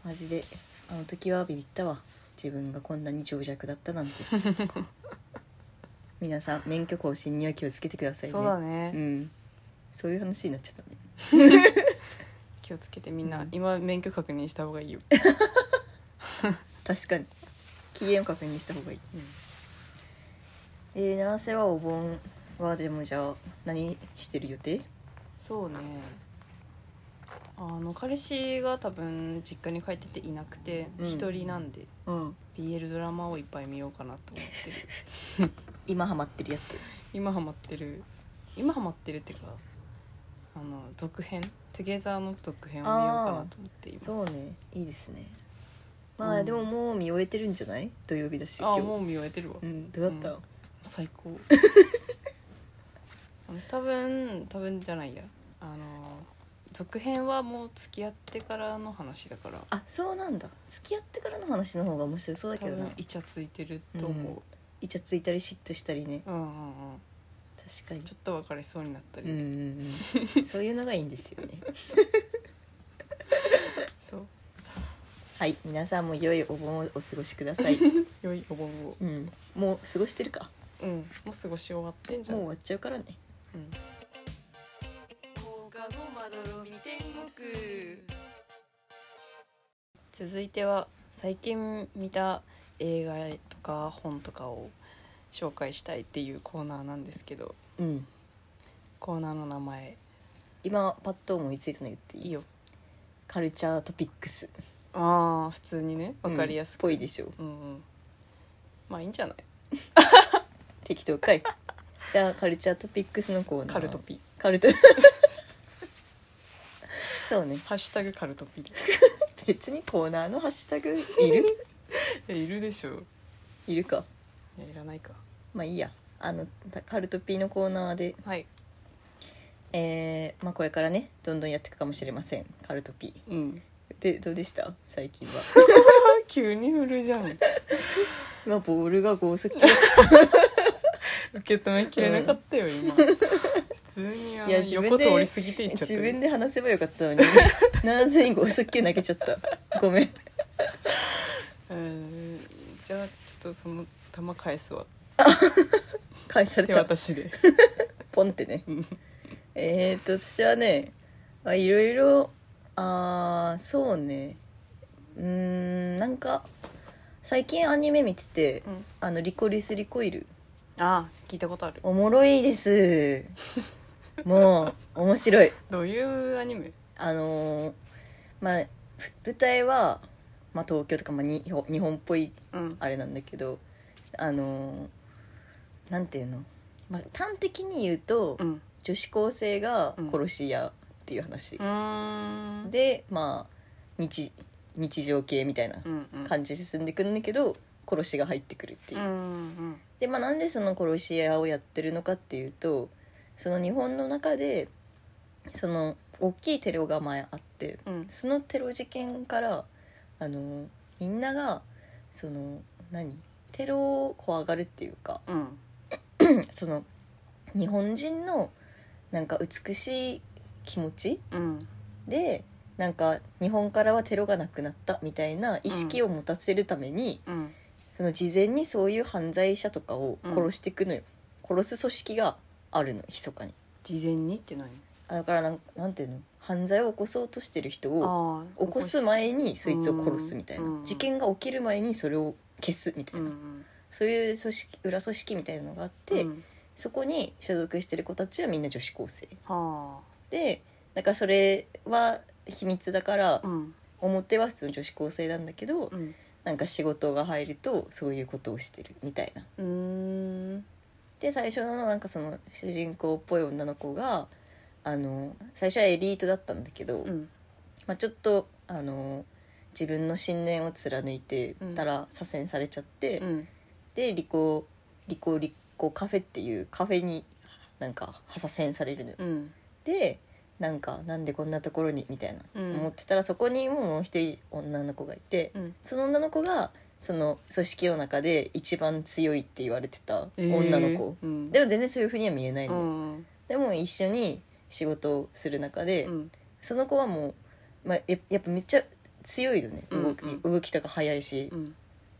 [SPEAKER 1] マジであの時はビビったわ自分がこんなに情弱だったなん て皆さん免許更新には気をつけてくださいね
[SPEAKER 2] そうだね、
[SPEAKER 1] うん、そういう話になっちゃったね
[SPEAKER 2] 気をつけてみんな、
[SPEAKER 1] うん
[SPEAKER 2] 今免許確認した方 がいいよ
[SPEAKER 1] 確かに期限を確認した方がいい、えー、長瀬はお盆はでもじゃあ何してる予定
[SPEAKER 2] そうねあの彼氏が多分実家に帰ってていなくて
[SPEAKER 1] うん
[SPEAKER 2] 一、人なんで
[SPEAKER 1] うん
[SPEAKER 2] BL ドラマをいっぱい見ようかなと思ってる
[SPEAKER 1] 今ハマってるやつ
[SPEAKER 2] 今ハマってる今ハマってるっていうかあの続編「Together」の続編を見ようかなと思っています
[SPEAKER 1] そうねいいですねまあ、
[SPEAKER 2] うん
[SPEAKER 1] でももう見終えてるんじゃない土曜日だし今
[SPEAKER 2] ああ
[SPEAKER 1] 日
[SPEAKER 2] もう見終えてるわ、
[SPEAKER 1] うんどうだった、
[SPEAKER 2] うん最 高あの多分多分じゃないやあの続編はもう付き合ってからの話だから
[SPEAKER 1] あそうなんだ付き合ってからの話の方が面白そうだ
[SPEAKER 2] 多
[SPEAKER 1] けどな
[SPEAKER 2] 分イチャついてると思
[SPEAKER 1] イチャついたり嫉妬したりね
[SPEAKER 2] う、うん、うんうん
[SPEAKER 1] 確かに
[SPEAKER 2] ちょっと別れそうになった
[SPEAKER 1] う
[SPEAKER 2] り、
[SPEAKER 1] んうんうんそういうのがいいんですよ ね
[SPEAKER 2] そう
[SPEAKER 1] はい皆さんも良いお盆をお過ごしくださ い、
[SPEAKER 2] 良いお盆を
[SPEAKER 1] うん、もう過ごしてるか
[SPEAKER 2] うんもう過ごし終わってんじゃ
[SPEAKER 1] も
[SPEAKER 2] ん
[SPEAKER 1] う終わっちゃうからね
[SPEAKER 2] うん続いては最近見た映画とか本とかを紹介したいっていうコーナーなんですけど
[SPEAKER 1] うん
[SPEAKER 2] コーナーの名前
[SPEAKER 1] 今パッと思いついたの言っていい
[SPEAKER 2] いいよ
[SPEAKER 1] カルチャートピックス
[SPEAKER 2] ああ普通にね分かりや
[SPEAKER 1] う
[SPEAKER 2] す
[SPEAKER 1] ん
[SPEAKER 2] く、
[SPEAKER 1] ぽいでしょ
[SPEAKER 2] うんうんまあいいんじゃない
[SPEAKER 1] 適当 かいじゃあカルチャートピックスのコーナー
[SPEAKER 2] カルトピ
[SPEAKER 1] カルト そうね
[SPEAKER 2] ハッシュタグカルトピ
[SPEAKER 1] 別にコーナーのハッシュタグい る
[SPEAKER 2] え いるでしょい
[SPEAKER 1] いるか
[SPEAKER 2] やいらないか
[SPEAKER 1] まあいいやあのカルトピーのコーナーで
[SPEAKER 2] はい
[SPEAKER 1] えーまあ、これからねどんどんやっていくかもしれませんカルトピ
[SPEAKER 2] うん
[SPEAKER 1] ーでどうでした最近 は
[SPEAKER 2] 急に振るじゃん
[SPEAKER 1] 今ボールが剛 速球
[SPEAKER 2] 受け止めきれなかったよ、今普通にあの
[SPEAKER 1] いや自分
[SPEAKER 2] 横
[SPEAKER 1] で
[SPEAKER 2] 通り過ぎていっちゃって
[SPEAKER 1] 自
[SPEAKER 2] る
[SPEAKER 1] 分で話せばよか ったのになぜに剛速球投げちゃったごめん
[SPEAKER 2] うんじゃあちょっとその球返すわ
[SPEAKER 1] 返され
[SPEAKER 2] 手
[SPEAKER 1] た
[SPEAKER 2] 渡しで
[SPEAKER 1] ポンってね
[SPEAKER 2] うん
[SPEAKER 1] えー、と私はねあいろいろあーそうねうーんなんか最近アニメ見てて「
[SPEAKER 2] うん
[SPEAKER 1] あのリコリス・リコイル」
[SPEAKER 2] ああ聞いたことある
[SPEAKER 1] おもろい ですもう面白い
[SPEAKER 2] どういうアニメ
[SPEAKER 1] あのーまあふ舞台は、まあ、東京とか、まあ、に日本日本っぽい
[SPEAKER 2] うん
[SPEAKER 1] あれなんだけどあのーなんていうの、まあ、端的に言うと、
[SPEAKER 2] うん
[SPEAKER 1] 女子高生が
[SPEAKER 2] うん
[SPEAKER 1] 殺し屋っていう話
[SPEAKER 2] う、ーん
[SPEAKER 1] でまあ日日常系みたいな
[SPEAKER 2] うんうん
[SPEAKER 1] 感じで進んでいくんだけど殺しが入ってくるっていうう。
[SPEAKER 2] んうん
[SPEAKER 1] でまあ、なんでその殺し屋をやってるのかっていうとその日本の中でその大きいテロが前あって
[SPEAKER 2] うん
[SPEAKER 1] そのテロ事件からあのみんながその何テロを怖がるっていうか
[SPEAKER 2] うん
[SPEAKER 1] その日本人のなんか美しい気持ち
[SPEAKER 2] うん
[SPEAKER 1] でなんか日本からはテロがなくなったみたいな意識を持たせるために、
[SPEAKER 2] うん
[SPEAKER 1] その事前にそういう犯罪者とかを殺していくのよ、殺す組織があるの密かに
[SPEAKER 2] 事前にって何
[SPEAKER 1] あだからなんなんていうの犯罪を起こそうとしてる人を
[SPEAKER 2] ああ
[SPEAKER 1] 起こす前にそいつを殺すみたいな、
[SPEAKER 2] うん
[SPEAKER 1] 事件が起きる前にそれを消すみた
[SPEAKER 2] う
[SPEAKER 1] い
[SPEAKER 2] ん
[SPEAKER 1] な、
[SPEAKER 2] うん
[SPEAKER 1] そういう組織裏組織みたいなのがあって、
[SPEAKER 2] うん
[SPEAKER 1] そこに所属してる子たちはみんな女子高生
[SPEAKER 2] は
[SPEAKER 1] でだからそれは秘密だから、
[SPEAKER 2] あうん
[SPEAKER 1] 表は普通の女子高生なんだけど、
[SPEAKER 2] うん
[SPEAKER 1] なんか仕事が入るとそういうことをしてるみたいな。
[SPEAKER 2] うーん
[SPEAKER 1] で最初のなんかその主人公っぽい女の子があの最初はエリートだったんだけど、
[SPEAKER 2] うん
[SPEAKER 1] まあ、ちょっとあの自分の信念を貫いてたら左遷されちゃって、
[SPEAKER 2] うん
[SPEAKER 1] でリコリコリコカフェっていうカフェになんか左遷されるのよ、
[SPEAKER 2] うん
[SPEAKER 1] でなんかなんでこんなところにみたいな、
[SPEAKER 2] うん
[SPEAKER 1] 思ってたらそこにもう一人女の子がいて、
[SPEAKER 2] うん
[SPEAKER 1] その女の子がその組織の中で一番強いって言われてた女の子、
[SPEAKER 2] えーうん
[SPEAKER 1] でも全然そういうふうには見えないのよ、
[SPEAKER 2] うん
[SPEAKER 1] でも一緒に仕事をする中で、
[SPEAKER 2] うん
[SPEAKER 1] その子はもう、まあ、ややっぱめっちゃ強いよね動き,、
[SPEAKER 2] うんうん
[SPEAKER 1] 動きとか速いし、
[SPEAKER 2] うん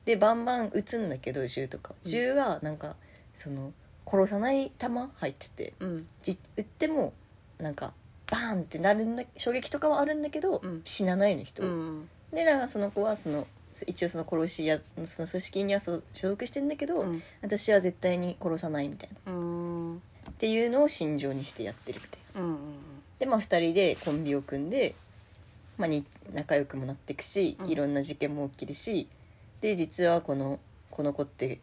[SPEAKER 1] でバンバン撃つんだけど銃とか
[SPEAKER 2] うん
[SPEAKER 1] 銃がなんかその殺さない弾入ってて
[SPEAKER 2] うん
[SPEAKER 1] じ撃ってもなんかバーンってなるんだ衝撃とかはあるんだけど、
[SPEAKER 2] うん
[SPEAKER 1] 死なないの人、
[SPEAKER 2] うん
[SPEAKER 1] でなんかその子はその一応その殺し屋のその組織にはそう所属してんだけど、
[SPEAKER 2] うん
[SPEAKER 1] 私は絶対に殺さないみたいな
[SPEAKER 2] うん
[SPEAKER 1] っていうのを心情にしてやってるみたいな
[SPEAKER 2] うん
[SPEAKER 1] でまあ2人でコンビを組んで、まあ、に仲良くもなっていくし
[SPEAKER 2] うん
[SPEAKER 1] いろんな事件も起きるしで実はこのこの子って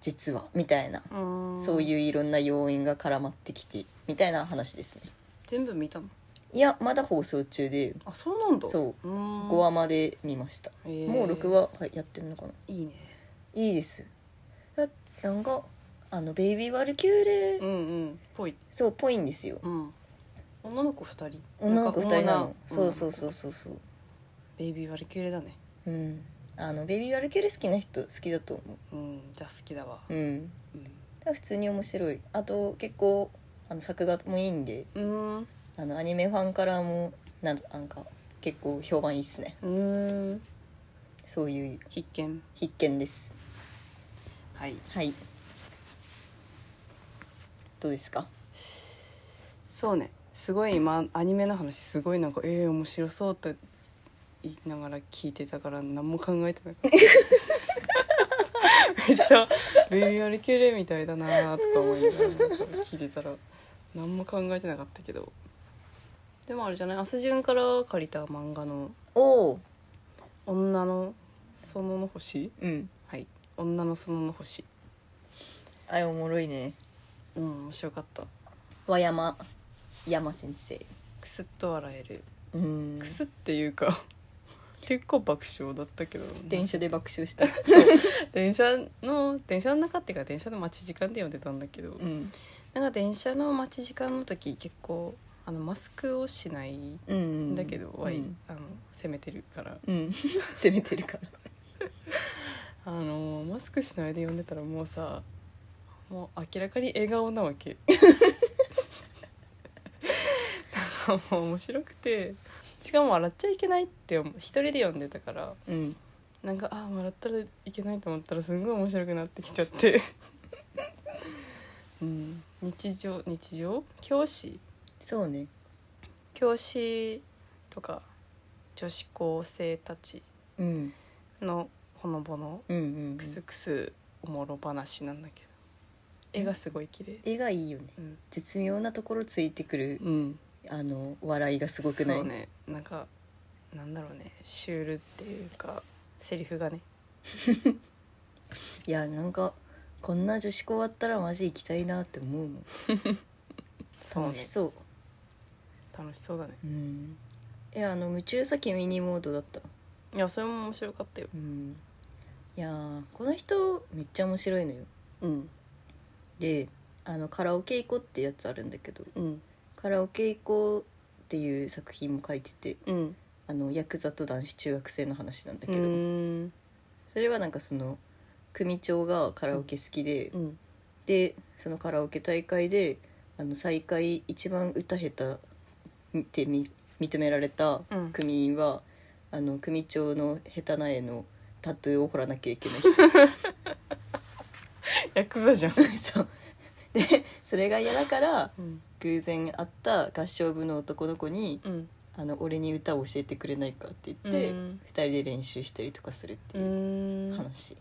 [SPEAKER 1] 実はみたいな、
[SPEAKER 2] うん
[SPEAKER 1] そういうういろんな要因が絡まってきてみたいな話ですね
[SPEAKER 2] 全部見たの
[SPEAKER 1] いやまだ放送中で
[SPEAKER 2] あそうなんだ
[SPEAKER 1] そう
[SPEAKER 2] ーん
[SPEAKER 1] 5話まで見ました、
[SPEAKER 2] へー
[SPEAKER 1] もう6話はいやってるのかない
[SPEAKER 2] いね
[SPEAKER 1] いいですだなんかあのベイビー・ワルキューレ、
[SPEAKER 2] うんうんぽい
[SPEAKER 1] そうぽいんですよ
[SPEAKER 2] うん女の子二人
[SPEAKER 1] 女の子2人なのそうそう
[SPEAKER 2] う
[SPEAKER 1] そうそうそう
[SPEAKER 2] ベイビー割り切れだね
[SPEAKER 1] うんあのベイビー・ワルキューレ好きな人好きだと思
[SPEAKER 2] うんじゃあ好きだわ
[SPEAKER 1] ううん
[SPEAKER 2] う
[SPEAKER 1] だから普通に面白いあと結構あの作画もいいんで
[SPEAKER 2] んう
[SPEAKER 1] あのアニメファンからもなんなんか結構評判いいっすね
[SPEAKER 2] ーん
[SPEAKER 1] そういう
[SPEAKER 2] 必見
[SPEAKER 1] 必見です
[SPEAKER 2] はい
[SPEAKER 1] はいどうですか
[SPEAKER 2] そうねすごい今アニメの話すごいなんかええ面白そうと言いながら聞いてたから何も考えてな かっためっちゃ「ベイビーアルキューレ」みたいだなとか思いながらなんか聞いてたら何も考えてなかったけどでもあれじゃない明日順から借りた漫画の
[SPEAKER 1] おお
[SPEAKER 2] 「女の園の星
[SPEAKER 1] うん」
[SPEAKER 2] はい「女の園の星
[SPEAKER 1] あれおもろいね」
[SPEAKER 2] うん面白かった
[SPEAKER 1] 和山山先生
[SPEAKER 2] くすっと笑える
[SPEAKER 1] うん
[SPEAKER 2] くすっていうか 結構爆笑だったけど
[SPEAKER 1] 電車で爆笑した、
[SPEAKER 2] 電車の電車の中っていうか電車の待ち時間で読んでたんだけど、
[SPEAKER 1] うん、
[SPEAKER 2] なんか電車の待ち時間の時結構あのマスクをしないん
[SPEAKER 1] うんうん
[SPEAKER 2] だけど、
[SPEAKER 1] う
[SPEAKER 2] ワイ
[SPEAKER 1] ん、
[SPEAKER 2] あの攻めてるから
[SPEAKER 1] うん 攻めてるから
[SPEAKER 2] あのマスクしないで読んでたらもうさもう明らかに笑顔なわ けなんかもう面白くてしかも笑っちゃいけないって思う一人で読んでたから
[SPEAKER 1] うん
[SPEAKER 2] なんかああ笑ったらいけないと思ったらすんごい面白くなってきちゃって うん日常日常教師
[SPEAKER 1] そうね
[SPEAKER 2] 教師とか女子高生たち
[SPEAKER 1] うん
[SPEAKER 2] のほのぼの
[SPEAKER 1] うんうん
[SPEAKER 2] クスクスおもろ話なんだけど絵がすごい綺麗
[SPEAKER 1] 絵がいいよね
[SPEAKER 2] うん、
[SPEAKER 1] 絶妙なところついてくる
[SPEAKER 2] うん、
[SPEAKER 1] あの笑いがすごくない
[SPEAKER 2] そうねなんかなんだろうねシュールっていうかセリフがね
[SPEAKER 1] いやなんかこんな女子校あったらマジ行きたいなって思うもん楽しそう
[SPEAKER 2] 楽しそうだね
[SPEAKER 1] うんいやあの夢中さミニモードだった
[SPEAKER 2] いやそれも面白かったよ
[SPEAKER 1] うんいやーこの人めっちゃ面白いのよ
[SPEAKER 2] うん
[SPEAKER 1] であのカラオケ行こうってやつあるんだけど
[SPEAKER 2] うん
[SPEAKER 1] カラオケ行こうっていう作品も書いてて
[SPEAKER 2] うん
[SPEAKER 1] あのヤクザと男子中学生の話なんだ
[SPEAKER 2] う
[SPEAKER 1] けど、
[SPEAKER 2] ーん
[SPEAKER 1] それはなんかその組長がカラオケ好きで、
[SPEAKER 2] うん
[SPEAKER 1] でそのカラオケ大会であの最下位一番歌下手ってみ認められた
[SPEAKER 2] うん
[SPEAKER 1] 組員は、あの組長の下手な絵のタトゥーを彫らなきゃいけない人
[SPEAKER 2] ヤクザじゃん、
[SPEAKER 1] そうでそれが嫌だから
[SPEAKER 2] うん
[SPEAKER 1] 偶然会った合唱部の男の子に
[SPEAKER 2] うん、
[SPEAKER 1] 「あの俺に歌を教えてくれないか」って言って、
[SPEAKER 2] うん
[SPEAKER 1] 二人で練習したりとかするっていう話、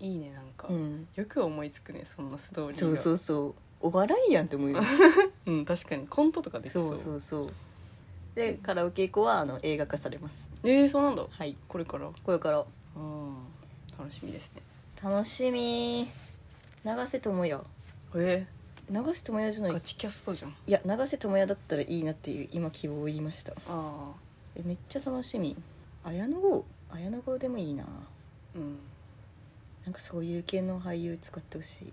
[SPEAKER 2] いいねなんか、
[SPEAKER 1] うん
[SPEAKER 2] よく思いつくねそんなストーリーが
[SPEAKER 1] そうそうそうお笑いやんって思うよね
[SPEAKER 2] うん、確かにコントとかできそ
[SPEAKER 1] そううそうそうでカラオケ以降はあの映画化されます
[SPEAKER 2] えー、そうなんだ
[SPEAKER 1] はい
[SPEAKER 2] これから
[SPEAKER 1] これから
[SPEAKER 2] うん楽しみですね
[SPEAKER 1] 楽しみ永瀬智也
[SPEAKER 2] え
[SPEAKER 1] 永瀬智也じゃ
[SPEAKER 2] ー、
[SPEAKER 1] な
[SPEAKER 2] ガ
[SPEAKER 1] い
[SPEAKER 2] チキャストじゃん
[SPEAKER 1] いや永瀬智也だったらいいなっていう今希望を言いました
[SPEAKER 2] ああ
[SPEAKER 1] えめっちゃ楽しみ綾野剛綾野剛でもいいな
[SPEAKER 2] うん
[SPEAKER 1] なんかそういう系の俳優使ってほしい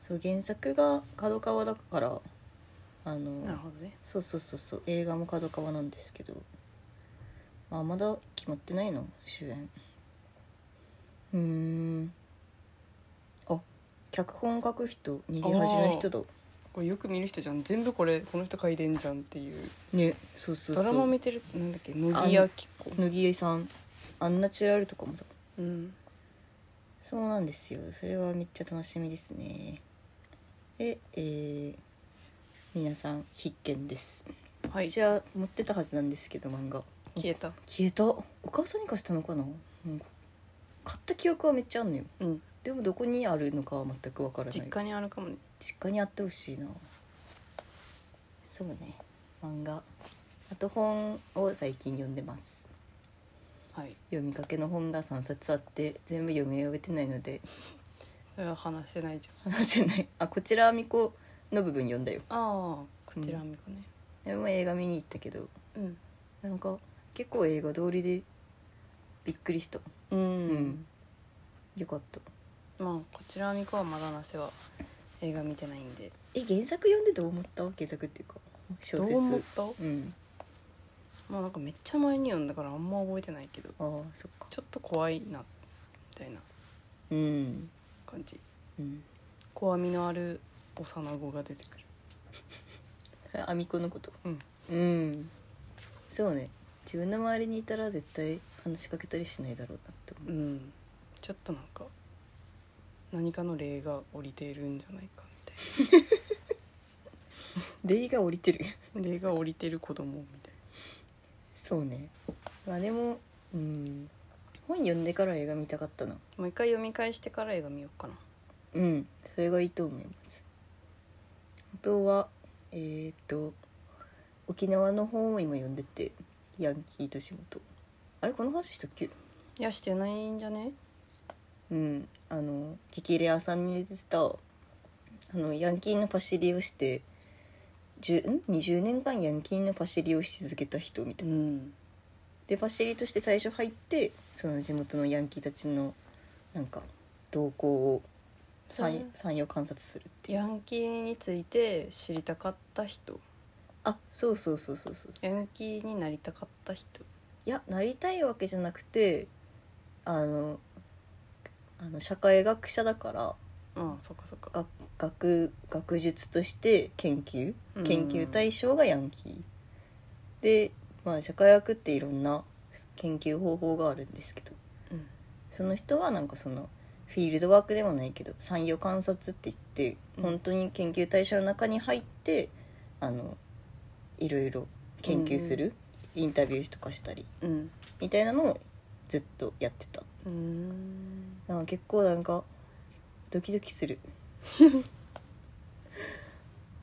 [SPEAKER 1] そう原作が角川だからあの
[SPEAKER 2] なるほどね
[SPEAKER 1] そうそうそうそう映画も角川なんですけど、まあ、まだ決まってないの主演うーんあ脚本書く人逃げ恥の人だ
[SPEAKER 2] これよく見る人じゃん全部これこの人書いてんじゃんっていう
[SPEAKER 1] ねそうそうそ
[SPEAKER 2] ドラマ
[SPEAKER 1] う
[SPEAKER 2] 見てるなんだっけ乃木明子
[SPEAKER 1] 乃木さんアンナチュラルとかもだ
[SPEAKER 2] うん
[SPEAKER 1] そうなんですよそれはめっちゃ楽しみですねでえー皆さん必見です、
[SPEAKER 2] はい
[SPEAKER 1] 私は持ってたはずなんですけど漫画
[SPEAKER 2] 消えた
[SPEAKER 1] 消えたお母さんに貸したのかななんか買った記憶はめっちゃあんのよ
[SPEAKER 2] うん
[SPEAKER 1] でもどこにあるのかは全くわからない
[SPEAKER 2] 実家にあるかもね
[SPEAKER 1] 実家にあってほしいなそうね漫画あと本を最近読んでます
[SPEAKER 2] はい
[SPEAKER 1] 読みかけの本が3冊あって全部読み終えてないので
[SPEAKER 2] それは話せないじ
[SPEAKER 1] 話せないあこちらあみこの部分読んだよ
[SPEAKER 2] ゃんああこちらみこね
[SPEAKER 1] でも映画見に行ったけど
[SPEAKER 2] うん
[SPEAKER 1] なんか結構映画通りでびっくりした
[SPEAKER 2] うん、
[SPEAKER 1] うんよかった
[SPEAKER 2] まあこちらみこはまだなせは映画見てないんで
[SPEAKER 1] え原作読んでどう思った原作っていうか小説
[SPEAKER 2] どう思った
[SPEAKER 1] うん
[SPEAKER 2] まあなんかめっちゃ前に読んだからあんま覚えてないけど
[SPEAKER 1] ああそっか
[SPEAKER 2] ちょっと怖いなみたいな
[SPEAKER 1] うん
[SPEAKER 2] 感じ
[SPEAKER 1] うん
[SPEAKER 2] 怖みのある幼子が出てくる
[SPEAKER 1] あみこのこと
[SPEAKER 2] うん
[SPEAKER 1] うんそうね自分の周りにいたら絶対話しかけたりしないだろうなって思
[SPEAKER 2] う
[SPEAKER 1] う、
[SPEAKER 2] んちょっとなんか何かの霊が降りているんじゃないかみ
[SPEAKER 1] 霊が降りてる
[SPEAKER 2] たいな霊が降りてる子供みたい
[SPEAKER 1] そうねまあでもうん本読んでから映画見たかったな
[SPEAKER 2] なもう一回読み返してから映画見ようかな
[SPEAKER 1] うんそれがいいと思いますあとはえーっと沖縄の本を今読んでてヤンキーと仕事あれこの話したっけ
[SPEAKER 2] いやしてないんじゃね
[SPEAKER 1] うんあの激レアさんに出てたあのヤンキーのパシリをして10ん20年間ヤンキーのパシリをし続けた人みたいな、
[SPEAKER 2] ん
[SPEAKER 1] でパシリとして最初入ってその地元のヤンキーたちのなんか動向を
[SPEAKER 2] うん
[SPEAKER 1] 34観察するっていう
[SPEAKER 2] ヤンキーについて知りたかった人
[SPEAKER 1] あそうそうそうそうそう
[SPEAKER 2] ヤンキーになりたかった人
[SPEAKER 1] いやなりたいわけじゃなくてあのあの社会学者だから
[SPEAKER 2] ああそっかそっか
[SPEAKER 1] 学学学術として研究
[SPEAKER 2] うん
[SPEAKER 1] 研究対象がヤンキー、で、まあ、社会学っていろんな研究方法があるんですけど
[SPEAKER 2] うん
[SPEAKER 1] その人はなんかそのフィールドワークでもないけど産業観察って言って
[SPEAKER 2] うん
[SPEAKER 1] 本当に研究対象の中に入ってあのいろいろ研究する、インタビューとかしたり
[SPEAKER 2] うん
[SPEAKER 1] みたいなのをずっとやってた
[SPEAKER 2] うーん
[SPEAKER 1] なんか結構なんかドキドキする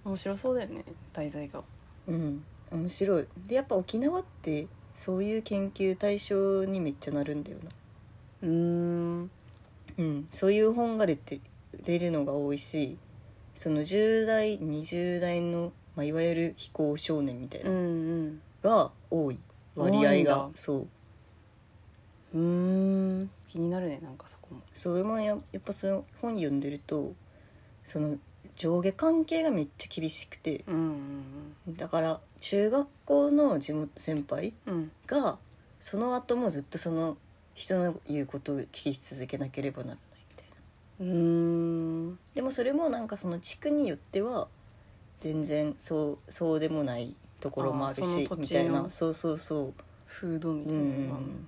[SPEAKER 2] 面白そうだよね題材が
[SPEAKER 1] うん面白いでやっぱ沖縄ってそういう研究対象にめっちゃなるんだよな
[SPEAKER 2] うーん
[SPEAKER 1] うんそういう本が出て出るのが多いしその10代20代の、まあ、いわゆる非行少年みたい
[SPEAKER 2] うんう
[SPEAKER 1] なんが多い割
[SPEAKER 2] 多い
[SPEAKER 1] 合
[SPEAKER 2] ん
[SPEAKER 1] が
[SPEAKER 2] だ
[SPEAKER 1] そう
[SPEAKER 2] うーん気になるねなんかそこも
[SPEAKER 1] それもややっぱその本読んでるとその上下関係がめっちゃ厳しくて
[SPEAKER 2] うんうん
[SPEAKER 1] だから中学校の地元先輩
[SPEAKER 2] うんうん
[SPEAKER 1] がその後もずっとその人の言うことを聞き続けなければならないみたいな
[SPEAKER 2] うーん
[SPEAKER 1] でもそれもなんかその地区によっては全然そうそうでもないところもある
[SPEAKER 2] あーその
[SPEAKER 1] し
[SPEAKER 2] 土地の
[SPEAKER 1] みたいなそうそうそ
[SPEAKER 2] フードみ
[SPEAKER 1] うう
[SPEAKER 2] たい
[SPEAKER 1] んうんう
[SPEAKER 2] なのが
[SPEAKER 1] ん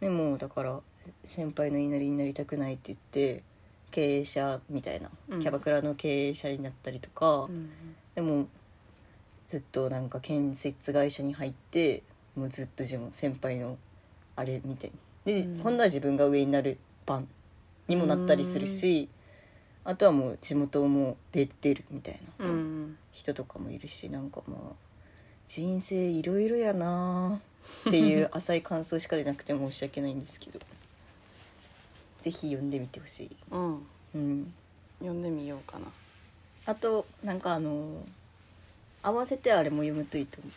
[SPEAKER 1] でもだから先輩の言いなりになりたくないって言って経営者みたいな
[SPEAKER 2] うん
[SPEAKER 1] キャバクラの経営者になったりとか、
[SPEAKER 2] うん
[SPEAKER 1] でもずっとなんか建設会社に入ってもうずっと自分先輩のあれみたいにで、
[SPEAKER 2] うん
[SPEAKER 1] 今度は自分が上になる番にもなったりするし、あとはもう地元をもう出てるみたい
[SPEAKER 2] うんう
[SPEAKER 1] なん人とかもいるしなんかまあ人生いろいろやなーって いう浅い感想しか出なくて申し訳ないんですけどぜひ読んでみてほしい。
[SPEAKER 2] うんうん
[SPEAKER 1] うん
[SPEAKER 2] 読んでみようかな
[SPEAKER 1] あとなんかあのー合わせてあれも読むといいと思う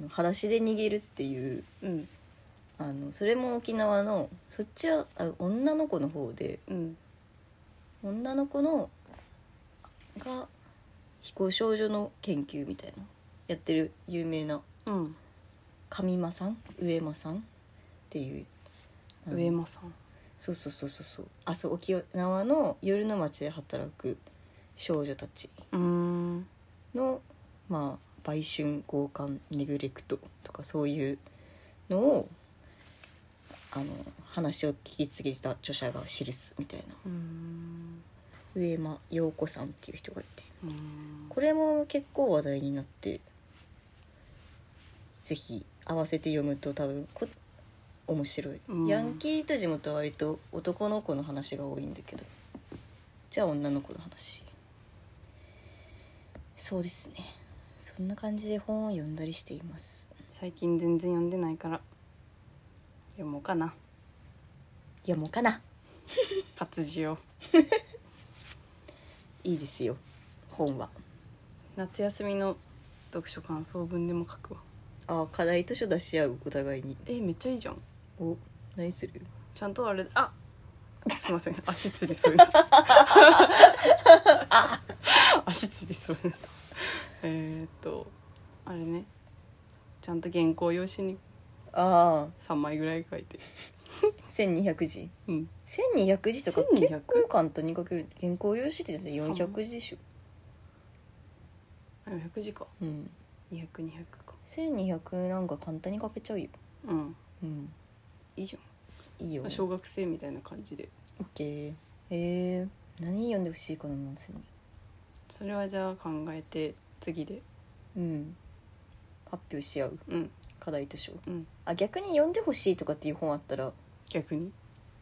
[SPEAKER 1] あの「裸足で逃げる」っていう
[SPEAKER 2] うん
[SPEAKER 1] あのそれも沖縄のそっちはあ女の子の方で
[SPEAKER 2] うん
[SPEAKER 1] 女の子のが非行少女の研究みたいなやってる有名な
[SPEAKER 2] うん
[SPEAKER 1] 上間さん上間さんっていうあの
[SPEAKER 2] 上間さん
[SPEAKER 1] そうそうそうそうそうあそう沖縄の夜の街で働く少女たち
[SPEAKER 2] うーん
[SPEAKER 1] の、まあ、売春強姦ネグレクトとかそういうのをあの話を聞き継げた著者が記すみたいな
[SPEAKER 2] うん
[SPEAKER 1] 上間陽子さんっていう人がいて
[SPEAKER 2] うん
[SPEAKER 1] これも結構話題になってぜひ合わせて読むと多分こ面白い、
[SPEAKER 2] うん
[SPEAKER 1] ヤンキーと地元は割と男の子の話が多いんだけどじゃあ女の子の話そうですねそんな感じで本を読んだりしています
[SPEAKER 2] 最近全然読んでないから読もうかな
[SPEAKER 1] いやもうかな
[SPEAKER 2] 活字を
[SPEAKER 1] いいですよ本は
[SPEAKER 2] 夏休みの読書感想文でも書くわ
[SPEAKER 1] ああ課題図書出し合うお互いに
[SPEAKER 2] えめっちゃいいじゃん
[SPEAKER 1] お何する
[SPEAKER 2] ちゃんとあれあすいません足つり そうに足つりそうになったえーっとあれねちゃんと原稿用紙に
[SPEAKER 1] ああ
[SPEAKER 2] 3枚ぐらい書いて
[SPEAKER 1] 1200字
[SPEAKER 2] うん
[SPEAKER 1] 1200字とか
[SPEAKER 2] 1200?
[SPEAKER 1] 結構簡単に書ける原稿用紙って言うと400字でしょ、
[SPEAKER 2] あ100字か
[SPEAKER 1] うん、
[SPEAKER 2] 200200か
[SPEAKER 1] 1200なんか簡単に書けちゃうよ、
[SPEAKER 2] うん
[SPEAKER 1] うん、
[SPEAKER 2] いいじ
[SPEAKER 1] いい
[SPEAKER 2] ゃ
[SPEAKER 1] よ
[SPEAKER 2] ん小学生みたいな感じで
[SPEAKER 1] OK えー、何読んでほしいかな夏に
[SPEAKER 2] それはじゃあ考えて次で
[SPEAKER 1] うん発表し合う
[SPEAKER 2] うん
[SPEAKER 1] 課題図書
[SPEAKER 2] うん
[SPEAKER 1] あ逆に読んでほしいとかっていう本あったら
[SPEAKER 2] 逆に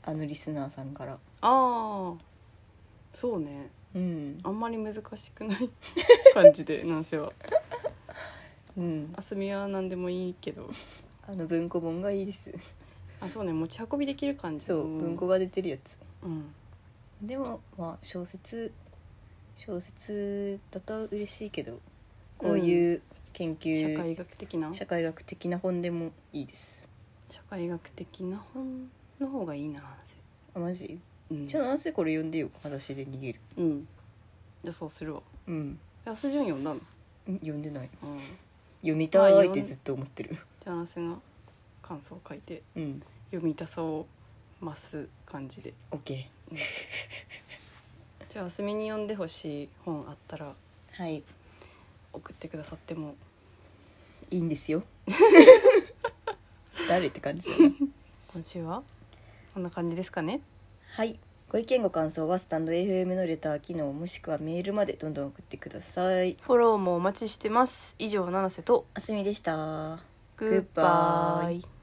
[SPEAKER 1] あのリスナーさんから
[SPEAKER 2] ああそうね
[SPEAKER 1] うん
[SPEAKER 2] あんまり難しくない感じでなんせ は
[SPEAKER 1] うん
[SPEAKER 2] あすみは何でもいいけど
[SPEAKER 1] あの文庫本がいいです
[SPEAKER 2] あそうね持ち運びできる感じ
[SPEAKER 1] そう、文庫が出てるやつ
[SPEAKER 2] うん
[SPEAKER 1] でもまあ小説小説だと嬉しいけどこういう研究、
[SPEAKER 2] 社会学的な
[SPEAKER 1] 社会学的な本でもいいです
[SPEAKER 2] 社会学的な本の方がいいななんせ
[SPEAKER 1] あマジ
[SPEAKER 2] うん
[SPEAKER 1] じゃあなんせこれ読んでよ私で逃げる
[SPEAKER 2] うんじゃあそうするわ
[SPEAKER 1] うん
[SPEAKER 2] 安順読んだの
[SPEAKER 1] ん読んでない
[SPEAKER 2] うん
[SPEAKER 1] 読みたいってずっと思ってる
[SPEAKER 2] じゃあせが感想を書いて
[SPEAKER 1] うん
[SPEAKER 2] 読みたさを増す感じで
[SPEAKER 1] OK
[SPEAKER 2] じゃあ明日見に読んでほしい本あったら
[SPEAKER 1] はい
[SPEAKER 2] 送ってくださっても
[SPEAKER 1] いいんですよ誰って感じだな
[SPEAKER 2] 今週はこんな感じですかね
[SPEAKER 1] はいご意見ご感想はスタンド FM のレター機能もしくはメールまでどんどん送ってください
[SPEAKER 2] フォローもお待ちしてます以上七瀬と
[SPEAKER 1] あすみでした
[SPEAKER 2] グッバイ